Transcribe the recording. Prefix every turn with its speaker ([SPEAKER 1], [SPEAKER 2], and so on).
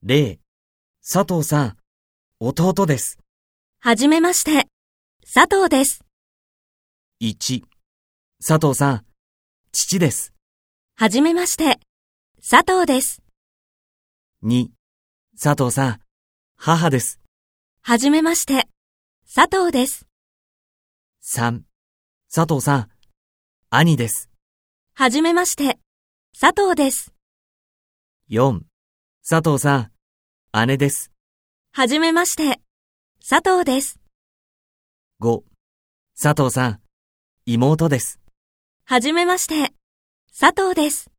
[SPEAKER 1] 例、佐藤さん、弟です。
[SPEAKER 2] はじめまして。佐藤です。
[SPEAKER 1] 1、佐藤さん、父です。
[SPEAKER 2] はじめまして。佐藤です。
[SPEAKER 1] 2、佐藤さん、母です。
[SPEAKER 2] はじめまして。佐藤です。
[SPEAKER 1] 3、佐藤さん、兄です。
[SPEAKER 2] はじめまして。佐藤です。
[SPEAKER 1] 4、佐藤さん、姉です。
[SPEAKER 2] はじめまして。佐藤です。
[SPEAKER 1] 5、佐藤さん、妹です。
[SPEAKER 2] はじめまして。佐藤です。